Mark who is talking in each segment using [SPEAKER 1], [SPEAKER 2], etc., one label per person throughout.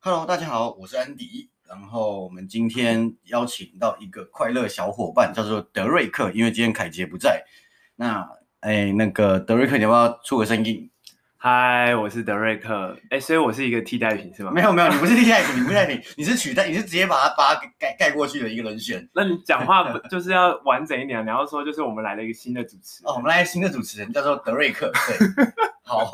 [SPEAKER 1] Hello，大家好，我是安迪。然后我们今天邀请到一个快乐小伙伴，叫做德瑞克，因为今天凯杰不在。那哎，那个德瑞克，你要不要出个声音？
[SPEAKER 2] 嗨，我是德瑞克。哎、所以我是一个替代品是吗？
[SPEAKER 1] 没有没有，你不是替代品，你不是替代品，你是取代，你是直接把它把它给盖盖过去的一个人选。
[SPEAKER 2] 那你讲话不就是要完整一点，你要说就是我们来了一个新的主 持人
[SPEAKER 1] 哦，我们来新的主持人叫做德瑞克，对，好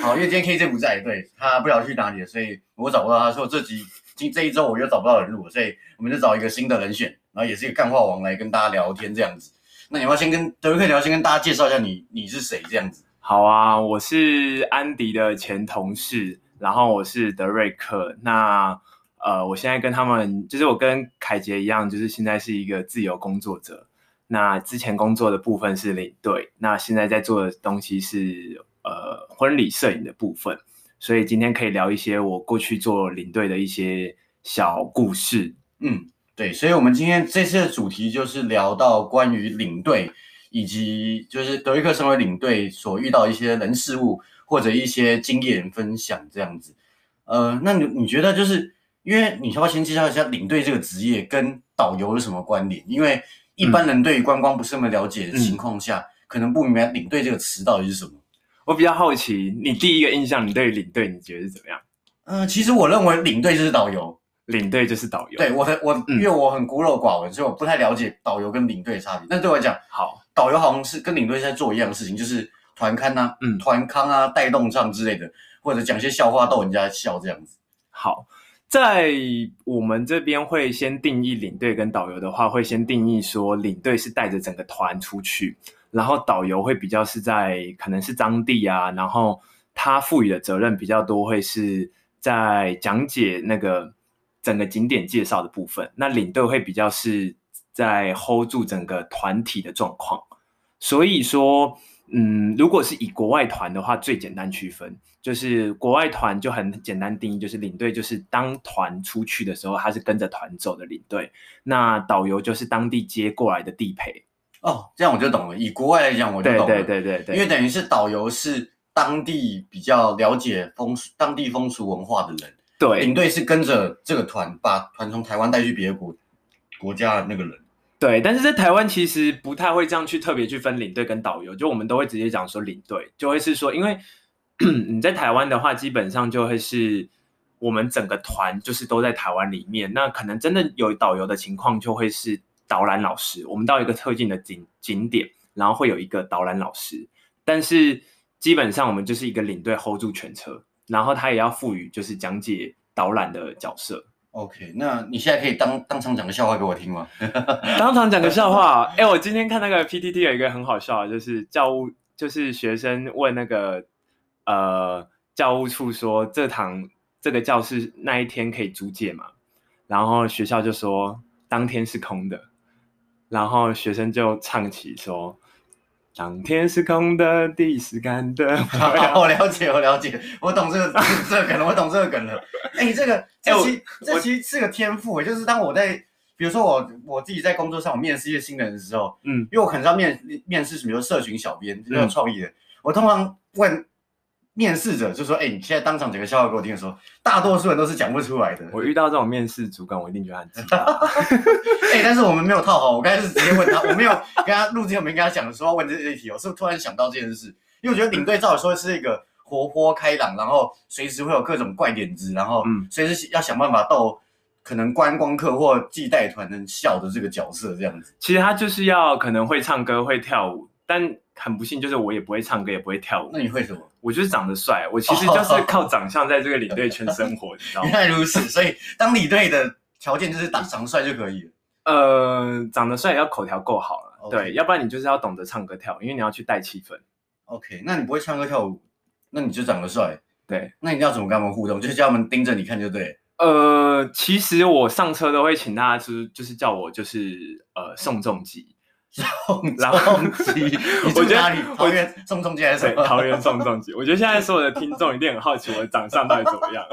[SPEAKER 1] 好，因为今天 KJ 不在，对他不晓得去哪里了，所以我找不到他，说这集今这一周我又找不到人录，所以我们就找一个新的人选，然后也是一个干话王来跟大家聊天这样子。那你要不要先跟德瑞克，你要先跟大家介绍一下你你是谁这样子。
[SPEAKER 2] 好啊，我是安迪的前同事，然后我是德瑞克。那呃，我现在跟他们，就是我跟凯杰一样，就是现在是一个自由工作者。那之前工作的部分是领队，那现在在做的东西是呃婚礼摄影的部分。所以今天可以聊一些我过去做领队的一些小故事。
[SPEAKER 1] 嗯，对，所以我们今天这次的主题就是聊到关于领队，以及就是德瑞克身为领队所遇到一些人事物或者一些经验分享这样子。呃，那你你觉得就是因为你要不要先介绍一下领队这个职业跟导游有什么关联？因为一般人对于观光不是那么了解的情况下，可能不明白领队这个词到底是什么。
[SPEAKER 2] 我比较好奇，你第一个印象，你对于领队你觉得是怎么样？
[SPEAKER 1] 嗯、其实我认为领队就是导游。
[SPEAKER 2] 领队就是导游，
[SPEAKER 1] 对，我很我，
[SPEAKER 2] 嗯
[SPEAKER 1] 因为我很孤陋寡闻，所以我不太了解导游跟领队的差别。但对我来讲，
[SPEAKER 2] 好，
[SPEAKER 1] 导游好像是跟领队在做一样的事情，就是团刊啊、
[SPEAKER 2] 嗯
[SPEAKER 1] 团康啊、带动唱之类的，或者讲些笑话逗人家笑这样子。
[SPEAKER 2] 好，在我们这边会先定义领队跟导游的话，会先定义说领队是带着整个团出去，然后导游会比较是在可能是当地啊，然后他赋予的责任比较多，会是在讲解那个整个景点介绍的部分。那领队会比较是在 hold 住整个团体的状况。所以说，嗯，如果是以国外团的话，最简单区分就是国外团就很简单定义，就是领队就是当团出去的时候，他是跟着团走的领队，那导游就是当地接过来的地陪。
[SPEAKER 1] 哦，这样我就懂了。以国外来讲，我就
[SPEAKER 2] 对
[SPEAKER 1] 懂了，
[SPEAKER 2] 对对对对，
[SPEAKER 1] 因为等于是导游是当地比较了解风俗、当地风俗文化的人，
[SPEAKER 2] 对
[SPEAKER 1] 领队是跟着这个团把团从台湾带去别的国国家的那个人。
[SPEAKER 2] 对，但是在台湾其实不太会这样去特别去分领队跟导游，就我们都会直接讲说领队，就会是说，因为 你在台湾的话，基本上就会是我们整个团就是都在台湾里面，那可能真的有导游的情况就会是导览老师，我们到一个特定的景景点，然后会有一个导览老师，但是基本上我们就是一个领队 hold 住全车，然后他也要赋予就是讲解导览的角色。
[SPEAKER 1] OK，那你现在可以当当场讲个笑话给我听吗？
[SPEAKER 2] 当场讲个笑话，哎、我今天看那个 PTT 有一个很好笑的，就是教务，就是学生问那个呃教务处说这堂这个教室那一天可以租借吗？然后学校就说当天是空的，然后学生就唱起说当天是空的，地是干的。 我要
[SPEAKER 1] 好，我了解，我了解，我懂这个这个梗了，我懂这个梗了。哎、你这个这
[SPEAKER 2] 我
[SPEAKER 1] 期、这
[SPEAKER 2] 我
[SPEAKER 1] 期是个天赋，欸就是当我在比如说我我自己在工作上，我面试一些新人的时候，
[SPEAKER 2] 嗯，
[SPEAKER 1] 因为我很少面面试，比如说社群小编，就是有
[SPEAKER 2] 嗯
[SPEAKER 1] 创意的，我通常问面试者就说：“哎、你现在当场讲个笑话给我听。”的时候，大多数人都是讲不出来的。
[SPEAKER 2] 我遇到这种面试主管，我一定觉得很鸡巴。
[SPEAKER 1] 哎、但是我们没有套好，我刚才是直接问他，我没有跟他录之前我没跟他讲说要问这这一题，我哦是突然想到这件事，因为我觉得领队照理说是一个活泼开朗，然后随时会有各种怪点子，然后
[SPEAKER 2] 嗯
[SPEAKER 1] 随时要想办法逗可能观光客或系带团人笑的这个角色这样子。
[SPEAKER 2] 其实他就是要可能会唱歌会跳舞，但很不幸就是我也不会唱歌，也不会跳舞
[SPEAKER 1] 那。你会什么？
[SPEAKER 2] 我就是长得帅，我其实就是靠长相在这个领队圈生活，你知道吗
[SPEAKER 1] 原？来如此，所以当领队的条件就是打长帅就可以了。
[SPEAKER 2] 呃，长得帅也要口条够好了
[SPEAKER 1] OK
[SPEAKER 2] 对，要不然你就是要懂得唱歌跳舞，因为你要去带气氛。
[SPEAKER 1] OK，那你不会唱歌跳舞，那你就长得帅，
[SPEAKER 2] 对，
[SPEAKER 1] 那你要怎么跟他们互动？就是叫他们盯着你看就对了。
[SPEAKER 2] 呃，其实我上车都会请大家就是就是叫我就是呃宋仲基，
[SPEAKER 1] 然后 你住哪里？桃园宋仲基还是什
[SPEAKER 2] 对
[SPEAKER 1] 么？，
[SPEAKER 2] 桃园宋仲基。我觉得现在所有的听众一定很好奇我的长相到底怎么样。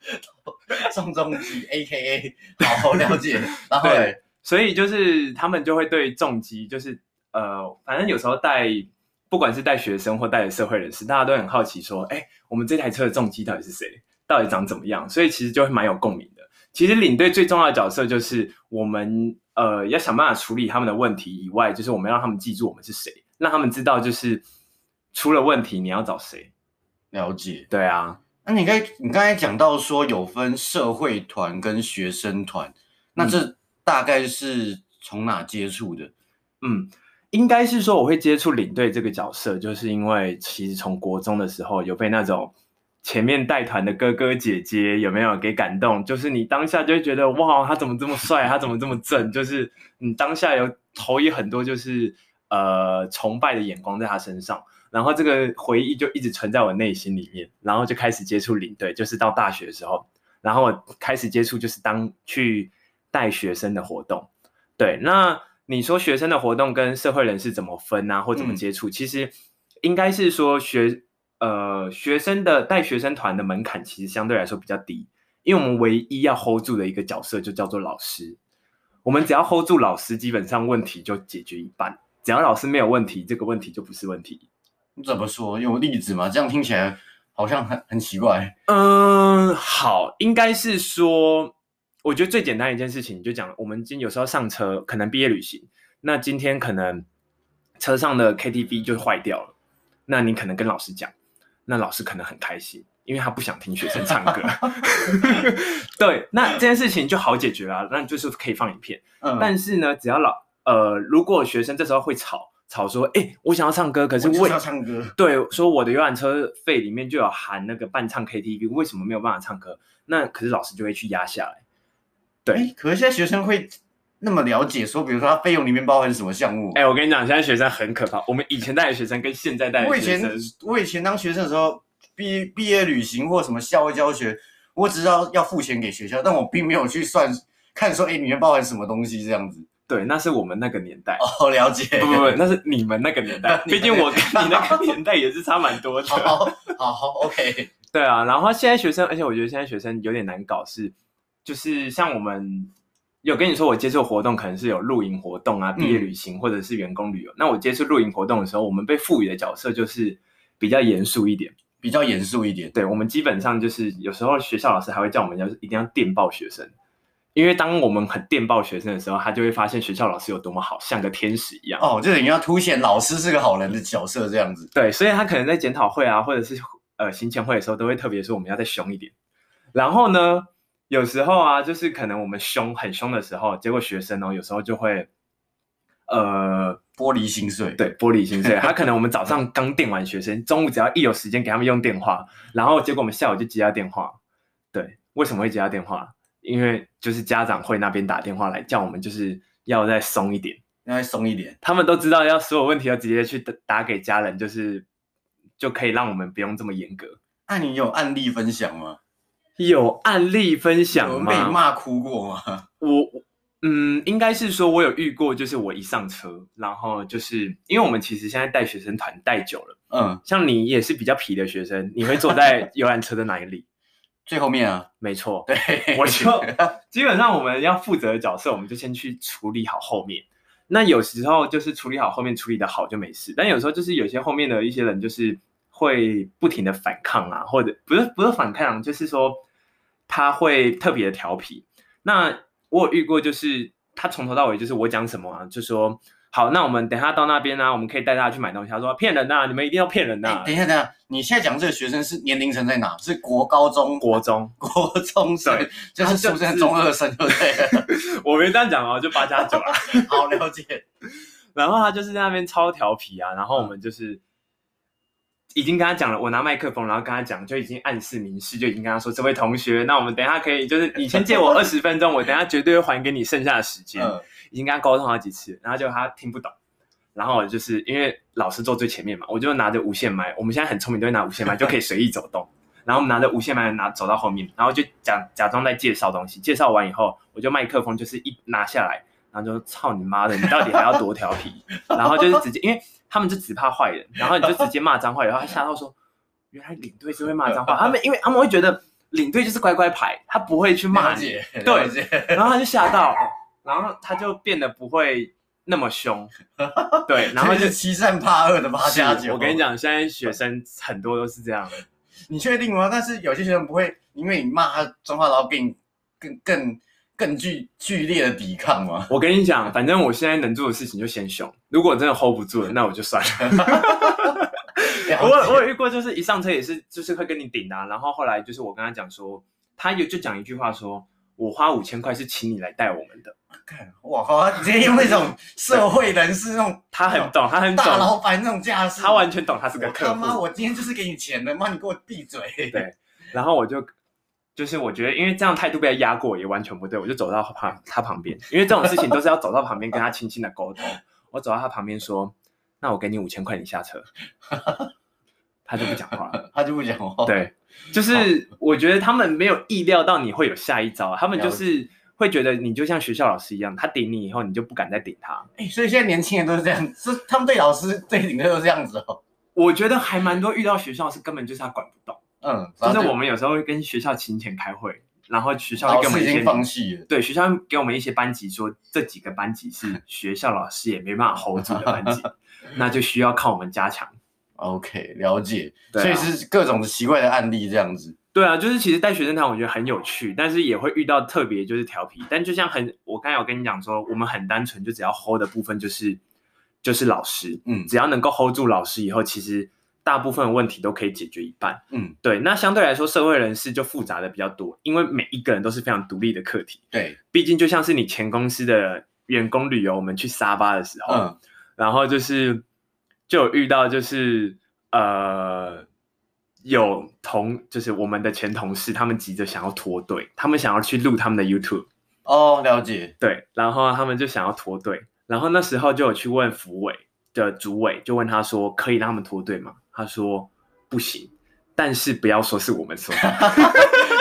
[SPEAKER 1] 宋仲基 A K A，好了解。然后嘞，
[SPEAKER 2] 所以就是他们就会对重击，就是呃，反正有时候带，不管是带学生或带社会人士，大家都很好奇说，哎，我们这台车的重击到底是谁？到底长怎么样，所以其实就会蛮有共鸣的。其实领队最重要的角色就是我们呃要想办法处理他们的问题以外，就是我们要让他们记住我们是谁，让他们知道就是出了问题你要找谁。
[SPEAKER 1] 了解。
[SPEAKER 2] 对啊，
[SPEAKER 1] 那你刚才你刚才讲到说有分社会团跟学生团，那这大概是从哪接触的？
[SPEAKER 2] 嗯，应该是说我会接触领队这个角色，就是因为其实从国中的时候有被那种前面带团的哥哥姐姐有没有给感动，就是你当下就会觉得哇，他怎么这么帅，他怎么这么正，就是你当下有投以很多就是呃崇拜的眼光在他身上，然后这个回忆就一直存在我内心里面，然后就开始接触领队，就是到大学的时候，然后我开始接触就是当去带学生的活动。对，那你说学生的活动跟社会人士怎么分啊，或怎么
[SPEAKER 1] 嗯
[SPEAKER 2] 接触？其实应该是说学呃学生的带学生团的门槛其实相对来说比较低，因为我们唯一要 hold 住的一个角色就叫做老师。我们只要 hold 住老师，基本上问题就解决一半。只要老师没有问题，这个问题就不是问题。
[SPEAKER 1] 你怎么说？有例子吗？这样听起来好像很很奇怪。
[SPEAKER 2] 嗯，好，应该是说，我觉得最简单的一件事情，你就讲我们今有时候上车，可能毕业旅行，那今天可能车上的 KTV 就坏掉了，那你可能跟老师讲，那老师可能很开心，因为他不想听学生唱歌。 对，那这件事情就好解决啦、那就是可以放影片。
[SPEAKER 1] 嗯，
[SPEAKER 2] 但是呢，只要老呃，如果学生这时候会吵吵说，哎、我想要唱歌，可是
[SPEAKER 1] 我就是
[SPEAKER 2] 为
[SPEAKER 1] 要唱歌。
[SPEAKER 2] 对，说我的游览车费里面就有含那个伴唱 KTV，为什么没有办法唱歌？那可是老师就会去压下来。对
[SPEAKER 1] 哎，可是现在学生会那么了解说，比如说他费用里面包含什么项目？
[SPEAKER 2] 哎、我跟你讲，现在学生很可怕。我们以前带的学生跟现在带
[SPEAKER 1] 我
[SPEAKER 2] 的
[SPEAKER 1] 以
[SPEAKER 2] 学
[SPEAKER 1] 前
[SPEAKER 2] 生，
[SPEAKER 1] 我以前当学生的时候，毕毕业旅行或什么校外教学，我只知道要付钱给学校，但我并没有去算看说，哎，里面包含什么东西这样子。
[SPEAKER 2] 对，那是我们那个年代。
[SPEAKER 1] 哦，了解。，
[SPEAKER 2] 不不不，那是你 们那个年代
[SPEAKER 1] 你
[SPEAKER 2] 毕
[SPEAKER 1] 们
[SPEAKER 2] 竟我跟你那个哦年代也是差蛮 多的。
[SPEAKER 1] 好好好，OK。
[SPEAKER 2] 对啊，然后现在学生，而且我觉得现在学生有点难搞是，就是像我们有跟你说，我接触活动可能是有露营活动啊、毕业旅行或者是员工旅游。那我接触露营活动的时候，我们被赋予的角色就是比较严肃一点。
[SPEAKER 1] 比较严肃一点。
[SPEAKER 2] 对，我们基本上就是有时候学校老师还会叫我们要一定要电报学生，因为当我们很电报学生的时候，他就会发现学校老师有多么好，像个天使一样。
[SPEAKER 1] 哦，就是你要凸显老师是个好人的角色这样子。
[SPEAKER 2] 对，所以他可能在检讨会啊，或者是呃行前会的时候，都会特别说我们要再凶一点。然后呢，有时候啊，就是可能我们凶很凶的时候，结果学生哦，有时候就会呃，
[SPEAKER 1] 玻璃心碎，
[SPEAKER 2] 对，玻璃心碎。他可能我们早上刚电完学生，中午只要一有时间给他们用电话，然后结果我们下午就接到电话。对，为什么会接到电话？因为就是家长会那边打电话来叫我们，就是要再松一点。
[SPEAKER 1] 让他松一点。
[SPEAKER 2] 他们都知道要所有问题要直接去打打给家人，就是就可以让我们不用这么严格。
[SPEAKER 1] 那、你有案例分享吗？
[SPEAKER 2] 有案例分
[SPEAKER 1] 有
[SPEAKER 2] 享
[SPEAKER 1] 被
[SPEAKER 2] 吗？
[SPEAKER 1] 骂哭过吗？
[SPEAKER 2] 我嗯，应该是说我有遇过，就是我一上车，然后就是因为我们其实现在带学生团带久了，
[SPEAKER 1] 嗯，
[SPEAKER 2] 像你也是比较皮的学生，你会坐在游览车的哪一里？
[SPEAKER 1] 最后面 啊，
[SPEAKER 2] 没错，
[SPEAKER 1] 对，
[SPEAKER 2] 我就基本上我们要负责的角色，我们就先去处理好后面。那有时候就是处理好后面，处理的好就没事。但有时候就是有些后面的一些人，就是会不停的反抗啊，或者不是不是反抗，就是说他会特别的调皮。那我有遇过，就是他从头到尾就是我讲什么啊，就说好，那我们等一下到那边啊，我们可以带大家去买东西。他说哦骗人呐、你们一定要骗人呐、啊
[SPEAKER 1] 哎等一下，等一下，你现在讲这个学生是年龄层在哪？是国高中、
[SPEAKER 2] 国中，
[SPEAKER 1] 国中生
[SPEAKER 2] 对，
[SPEAKER 1] 就是是不
[SPEAKER 2] 他就是
[SPEAKER 1] 是中二生，对不对？
[SPEAKER 2] 我没这样讲哦，就八加九啊。
[SPEAKER 1] 好了解，
[SPEAKER 2] 然后他就是在那边超调皮啊，然后我们就是已经跟他讲了，我拿麦克风，然后跟他讲，就已经暗示明示，就已经跟他说，这位同学，那我们等一下可以，就是你先借我二十分钟，我等一下绝对会还给你剩下的时间，
[SPEAKER 1] 嗯，
[SPEAKER 2] 已经跟他沟通好几次，然后就他听不懂。然后就是因为老师坐最前面嘛，我就拿着无线麦，我们现在很聪明，都会拿无线麦就可以随意走动。然后我们拿着无线麦拿走到后面，然后就假假装在介绍东西。介绍完以后，我就麦克风就是一拿下来，然后就说操你妈的，你到底还要多调皮？然后就是直接，因为他们就只怕坏人，然后你就直接骂脏话，然后他吓到说，原来领队是会骂脏话。他们因为他们会觉得领队就是乖乖牌，他不会去骂
[SPEAKER 1] 了
[SPEAKER 2] 你。
[SPEAKER 1] 解，
[SPEAKER 2] 对
[SPEAKER 1] 了解，
[SPEAKER 2] 然后他就吓到，哦然后他就变得不会那 么凶，对，然后
[SPEAKER 1] 这
[SPEAKER 2] 就 是
[SPEAKER 1] 欺善怕恶的八加
[SPEAKER 2] 是
[SPEAKER 1] 九。
[SPEAKER 2] 我跟你，讲，现在学生很多都是这样的，
[SPEAKER 1] 你确定吗？但是有些学生不会，因为你骂他脏话，然后给你更更更剧剧烈的抵抗吗？
[SPEAKER 2] 我跟你讲，反正我现在能做的事情就先凶，如果真的 hold 不住了，那我就算 了。我
[SPEAKER 1] 哎
[SPEAKER 2] 我有遇过，就是一上车也是，就是会跟你顶啊。然后后来就是我跟他讲说，他有就讲一句话说，我花五千块是请你来带我们的。
[SPEAKER 1] 看，我靠，他直接用那种社会人士那种
[SPEAKER 2] 他很懂，他很懂，
[SPEAKER 1] 哦大老板那种架势，
[SPEAKER 2] 他完全懂他是个
[SPEAKER 1] 我
[SPEAKER 2] 客
[SPEAKER 1] 他妈，
[SPEAKER 2] 户。
[SPEAKER 1] 我今天就是给你钱的，妈你给我闭嘴！
[SPEAKER 2] 对然后我就就是我觉得，因为这样态度被他压过也完全不对，我就走到旁他旁边，因为这种事情都是要走到旁边跟他轻轻的沟通。我走到他旁边说，那我给你五千块，你下车。他就不讲话了。
[SPEAKER 1] 他就不讲话。，
[SPEAKER 2] 对，就是我觉得他们没有意料到你会有下一招，啊他们就
[SPEAKER 1] 了解
[SPEAKER 2] 是会觉得你就像学校老师一样，他顶你以后，你就不敢再顶他。
[SPEAKER 1] 哎、所以现在年轻人都是这样，是他们对老师对领队都是这样子哦。
[SPEAKER 2] 我觉得还蛮多遇到学校是根本就是他管不动，
[SPEAKER 1] 嗯，然
[SPEAKER 2] 就
[SPEAKER 1] 后
[SPEAKER 2] 是我们有时候会跟学校勤前开会，然后学校
[SPEAKER 1] 老
[SPEAKER 2] 会给我
[SPEAKER 1] 师
[SPEAKER 2] 们
[SPEAKER 1] 已
[SPEAKER 2] 一些
[SPEAKER 1] 经放弃了。
[SPEAKER 2] 对学校给我们一些班级说这几个班级是学校老师也没办法 hold 住的班级，那就需要靠我们加强。
[SPEAKER 1] OK，了解。
[SPEAKER 2] 对啊
[SPEAKER 1] 所以是各种奇怪的案例这样子。
[SPEAKER 2] 对啊，就是其实带学生团我觉得很有趣，但是也会遇到特别就是调皮。但就像很，我刚才有跟你讲说，我们很单纯，就只要 hold 的部分就是就是老师，
[SPEAKER 1] 嗯
[SPEAKER 2] 只要能够 hold 住老师以后，其实大部分问题都可以解决一半。
[SPEAKER 1] 嗯，
[SPEAKER 2] 对，那相对来说社会人士就复杂的比较多，因为每一个人都是非常独立的课题。
[SPEAKER 1] 对，
[SPEAKER 2] 毕竟就像是你前公司的员工旅游，我们去沙巴的时候，
[SPEAKER 1] 嗯，
[SPEAKER 2] 然后就是就有遇到就是呃有同就是我们的前同事，他们急着想要脱队，他们想要去录他们的 YouTube，
[SPEAKER 1] 哦，了解。
[SPEAKER 2] 对，然后他们就想要脱队，然后那时候就有去问服委的主委，就问他说可以让他们脱队吗？他说不行，但是不要说是我们说，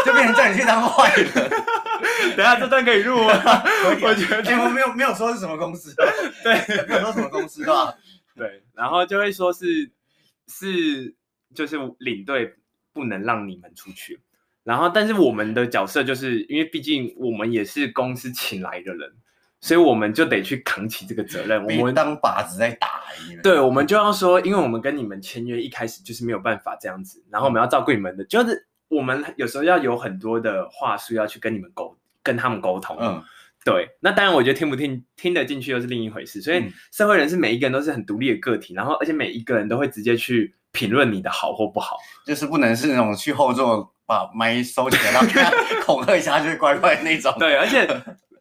[SPEAKER 1] 就变成叫你去当坏人。
[SPEAKER 2] 等一下这段可以啊录吗？ 我觉得
[SPEAKER 1] 哎、我没有没有说是什么公司，啊
[SPEAKER 2] 对。
[SPEAKER 1] 没有说什么公司对啊吧？
[SPEAKER 2] 对，然后就会说是是就是领队不能让你们出去，然后但是我们的角色就是因为毕竟我们也是公司请来的人，所以我们就得去扛起这个责任。 我
[SPEAKER 1] 被
[SPEAKER 2] 们
[SPEAKER 1] 当靶子在打你们。
[SPEAKER 2] 对，我们就要说，因为我们跟你们签约一开始就是没有办法这样子，然后我们要照顾你们的，就是我们有时候要有很多的话术要去跟你们沟跟他们沟通，
[SPEAKER 1] 嗯，
[SPEAKER 2] 对，那当然，我觉得听不听听得进去又是另一回事。所以
[SPEAKER 1] 嗯
[SPEAKER 2] 社会人是每一个人都是很独立的个体，然后而且每一个人都会直接去评论你的好或不好。
[SPEAKER 1] 就是不能是那种去后座把麦收起来，然后给他恐吓一下就会乖乖那种。
[SPEAKER 2] 对，而且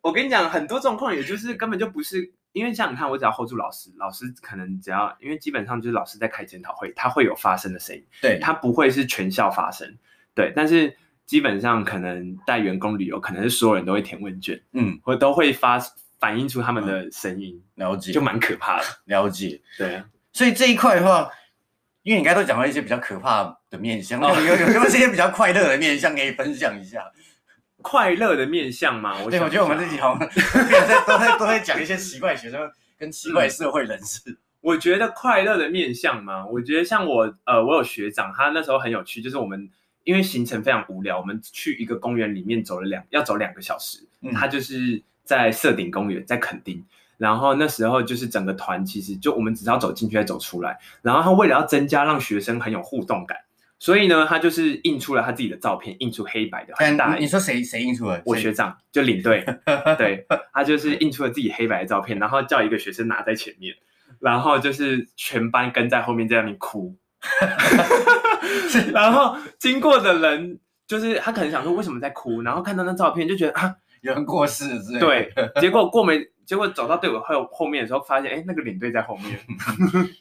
[SPEAKER 2] 我跟你讲，很多状况也就是根本就不是，因为像你看，我只要 hold 住老师，老师可能只要因为基本上就是老师在开检讨会，他会有发生的声音，
[SPEAKER 1] 对，
[SPEAKER 2] 他不会是全校发生。对，但是基本上可能带员工旅游，可能是所有人都会填问卷，
[SPEAKER 1] 嗯，
[SPEAKER 2] 或都会发反映出他们的声音，
[SPEAKER 1] 了解，
[SPEAKER 2] 就蛮可怕的。
[SPEAKER 1] 了解。
[SPEAKER 2] 对。啊
[SPEAKER 1] 所以这一块的话，因为你刚才都讲到一些比较可怕的面 相，那有有有没有这些比较快乐的面相可以分享一下？
[SPEAKER 2] 快乐的面相吗？我
[SPEAKER 1] 对，
[SPEAKER 2] 想
[SPEAKER 1] 我觉得我们
[SPEAKER 2] 一
[SPEAKER 1] 这
[SPEAKER 2] 下
[SPEAKER 1] 集好像都在都在都在讲一些奇怪学生跟奇怪社会人士。
[SPEAKER 2] 我觉得快乐的面相嘛，我觉得像我呃，我有学长，他那时候很有趣，就是我们因为行程非常无聊，我们去一个公园里面走了两要走两个小时，
[SPEAKER 1] 嗯
[SPEAKER 2] 他就是在社顶公园，在垦丁。然后那时候就是整个团，其实就我们只要走进去再走出来。然后他为了要增加让学生很有互动感，所以呢，他就是印出了他自己的照片，印出黑白的 很大
[SPEAKER 1] 但
[SPEAKER 2] 一
[SPEAKER 1] 你你说谁谁印出来？
[SPEAKER 2] 我
[SPEAKER 1] 谁
[SPEAKER 2] 学长就 领队，对他就是印出了自己黑白的照片，然后叫一个学生拿在前面，然后就是全班跟在后面在那里 哭，然后经过的人就是他可能想说为什么在哭，然后看到那照片就觉得啊，
[SPEAKER 1] 有人过世之类的。
[SPEAKER 2] 对，结果过没，结果走到队伍后后面的时候发现，哎，那个领队在后面，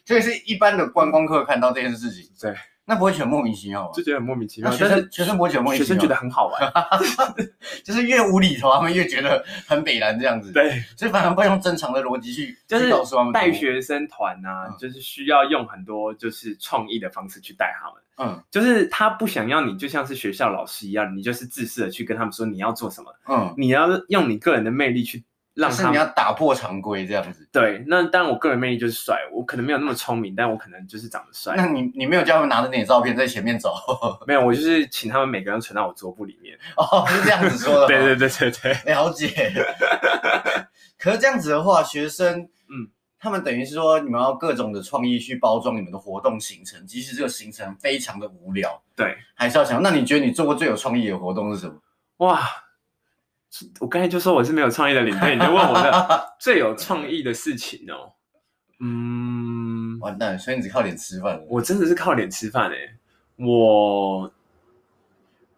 [SPEAKER 1] 所以是一般的观光客看到这件事情，
[SPEAKER 2] 对，
[SPEAKER 1] 那不会觉得莫名其妙吗
[SPEAKER 2] 就？觉得很莫名其
[SPEAKER 1] 那
[SPEAKER 2] 妙，
[SPEAKER 1] 学
[SPEAKER 2] 但
[SPEAKER 1] 生
[SPEAKER 2] 是
[SPEAKER 1] 学生不会觉得莫名
[SPEAKER 2] 学
[SPEAKER 1] 其
[SPEAKER 2] 生觉得
[SPEAKER 1] 妙，
[SPEAKER 2] 很 好玩，
[SPEAKER 1] 就是越无厘头，他们越觉得很北然这样子。，
[SPEAKER 2] 对。
[SPEAKER 1] 所以反而会用正常的逻辑去
[SPEAKER 2] 就
[SPEAKER 1] 去
[SPEAKER 2] 是
[SPEAKER 1] 告诉他们
[SPEAKER 2] 带
[SPEAKER 1] 说，
[SPEAKER 2] 学生团呐、
[SPEAKER 1] 嗯
[SPEAKER 2] 就是需要用很多就是创意的方式去带他们。
[SPEAKER 1] 嗯
[SPEAKER 2] 就是他不想要你，就像是学校老师一样，你就是自私的去跟他们说你要做什么，
[SPEAKER 1] 嗯，
[SPEAKER 2] 你要用你个人的魅力去让
[SPEAKER 1] 就是
[SPEAKER 2] 他
[SPEAKER 1] 你要
[SPEAKER 2] 们。
[SPEAKER 1] 打破常规这样子。
[SPEAKER 2] 对，那当然我个人魅力就是帅，我可能没有那么聪明，但我可能就是长得帅。
[SPEAKER 1] 那你你没有叫他们拿着你的照片在前面走，
[SPEAKER 2] 没有，我就是请他们每个人存到我桌布里面。
[SPEAKER 1] 哦，是这样子说的吗。
[SPEAKER 2] 对对对对 对，
[SPEAKER 1] 了解。可是这样子的话，学生，
[SPEAKER 2] 嗯
[SPEAKER 1] 嗯，他们等于是说你们要各种的创意去包装你们的活动行程，即使这个行程非常的无聊，
[SPEAKER 2] 对，
[SPEAKER 1] 还是要想。那你觉得你做过最有创意的活动是什么？
[SPEAKER 2] 哇，我刚才就说我是没有创意的领队，你就问我 的最有创意的事情哦。嗯，
[SPEAKER 1] 完蛋，所以你只靠脸吃饭了。
[SPEAKER 2] 我真的是靠脸吃饭哎、我，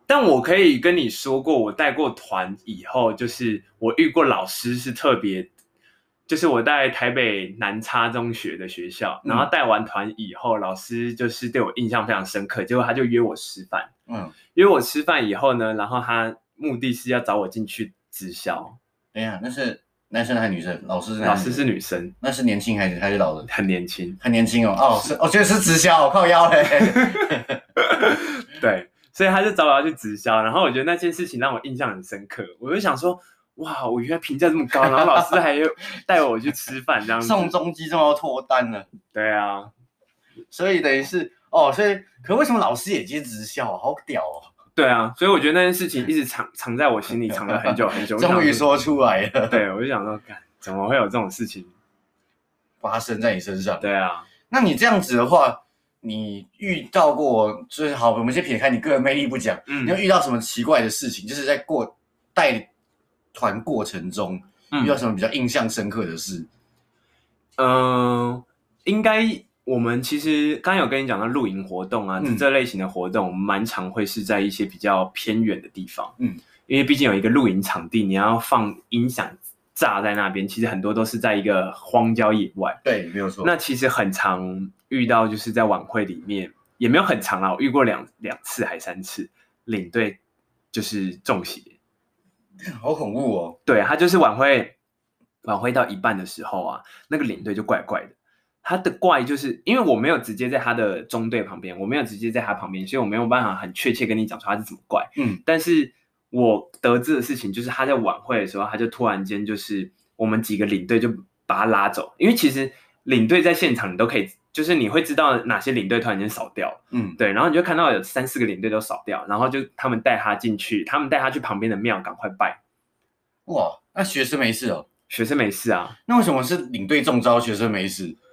[SPEAKER 2] 但我可以跟你说过，我带过团以后，就是我遇过老师是特别，就是我带台北南差中学的学校，
[SPEAKER 1] 嗯
[SPEAKER 2] 然后带完团以后，老师就是对我印象非常深刻，结果他就约我吃饭，
[SPEAKER 1] 嗯，
[SPEAKER 2] 约我吃饭以后呢，然后他目的是要找我进去直销，
[SPEAKER 1] 等一下，那是男生还是女生？老师是男
[SPEAKER 2] 老
[SPEAKER 1] 生
[SPEAKER 2] 师是，女生，
[SPEAKER 1] 那是年轻还是还是老人？
[SPEAKER 2] 很年轻，
[SPEAKER 1] 很年轻哦，哦，是，我觉得是直销，我靠腰 嘞。
[SPEAKER 2] 对，所以他就找我要去直销，然后我觉得那件事情让我印象很深刻，我就想说，哇，我原来评价这么高，然后老师还有带我去吃饭这样子，
[SPEAKER 1] 宋仲基终于要脱单了，
[SPEAKER 2] 对啊，
[SPEAKER 1] 所以等于是哦，所以可为什么老师也接直销啊？好屌哦！
[SPEAKER 2] 对啊，所以我觉得那件事情一直藏藏在我心里，藏了很久很久，我想
[SPEAKER 1] 终于，说出来了，
[SPEAKER 2] 对，我就想说，干，怎么会有这种事情？
[SPEAKER 1] 发生在你身上。
[SPEAKER 2] 对啊，
[SPEAKER 1] 那你这样子的话，你遇到过就是好，我们先撇开你个人魅力不讲，
[SPEAKER 2] 嗯
[SPEAKER 1] 你有遇到什么奇怪的事情？就是在过带团过程中
[SPEAKER 2] 嗯
[SPEAKER 1] 遇到什么比较印象深刻的事？
[SPEAKER 2] 嗯，应该我们其实刚刚有跟你讲到露营活动啊，
[SPEAKER 1] 嗯
[SPEAKER 2] 这类型的活动，我们蛮常会是在一些比较偏远的地方，
[SPEAKER 1] 嗯，
[SPEAKER 2] 因为毕竟有一个露营场地，你要放音响炸在那边，其实很多都是在一个荒郊野外。
[SPEAKER 1] 对，没有错。
[SPEAKER 2] 那其实很常遇到，就是在晚会里面，也没有很常啊，我遇过两两次还三次，领队就是中邪，
[SPEAKER 1] 好恐怖哦！
[SPEAKER 2] 对他就是晚会，晚会到一半的时候啊，那个领队就怪怪的。他的怪就是因为我没有直接在他的中队旁边，我没有直接在他旁边，所以我没有办法很确切跟你讲说他是怎么怪。
[SPEAKER 1] 嗯，
[SPEAKER 2] 但是我得知的事情就是他在晚会的时候，他就突然间就是我们几个领队就把他拉走，因为其实领队在现场你都可以，就是你会知道哪些领队突然间少掉了。
[SPEAKER 1] 嗯，
[SPEAKER 2] 对，然后你就看到有三四个领队都少掉，然后就他们带他进去，他们带他去旁边的庙赶快拜。
[SPEAKER 1] 哇，那学生没事哦？
[SPEAKER 2] 学生没事啊，
[SPEAKER 1] 那为什么是领队中招，学生没事？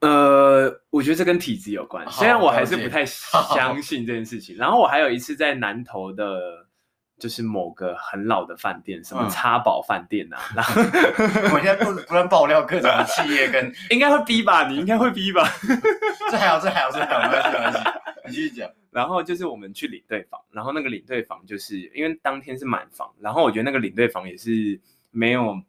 [SPEAKER 2] 呃，我觉得这跟体质有关，
[SPEAKER 1] 好
[SPEAKER 2] 虽然我还是
[SPEAKER 1] 了解
[SPEAKER 2] 不太相信这件事 情。然后我还有一次在南投的，就是某个很老的饭店，什么
[SPEAKER 1] 嗯
[SPEAKER 2] 叉宝饭店啊，然后
[SPEAKER 1] 我现在不不断爆料各种的企业跟，
[SPEAKER 2] 应该会逼吧，你应该会逼吧。
[SPEAKER 1] 这还好，这还好，这还好，没关系，没关系，你继续讲。
[SPEAKER 2] 然后就是我们去领队房，然后那个领队房就是因为当天是满房，然后我觉得那个领队房也是没有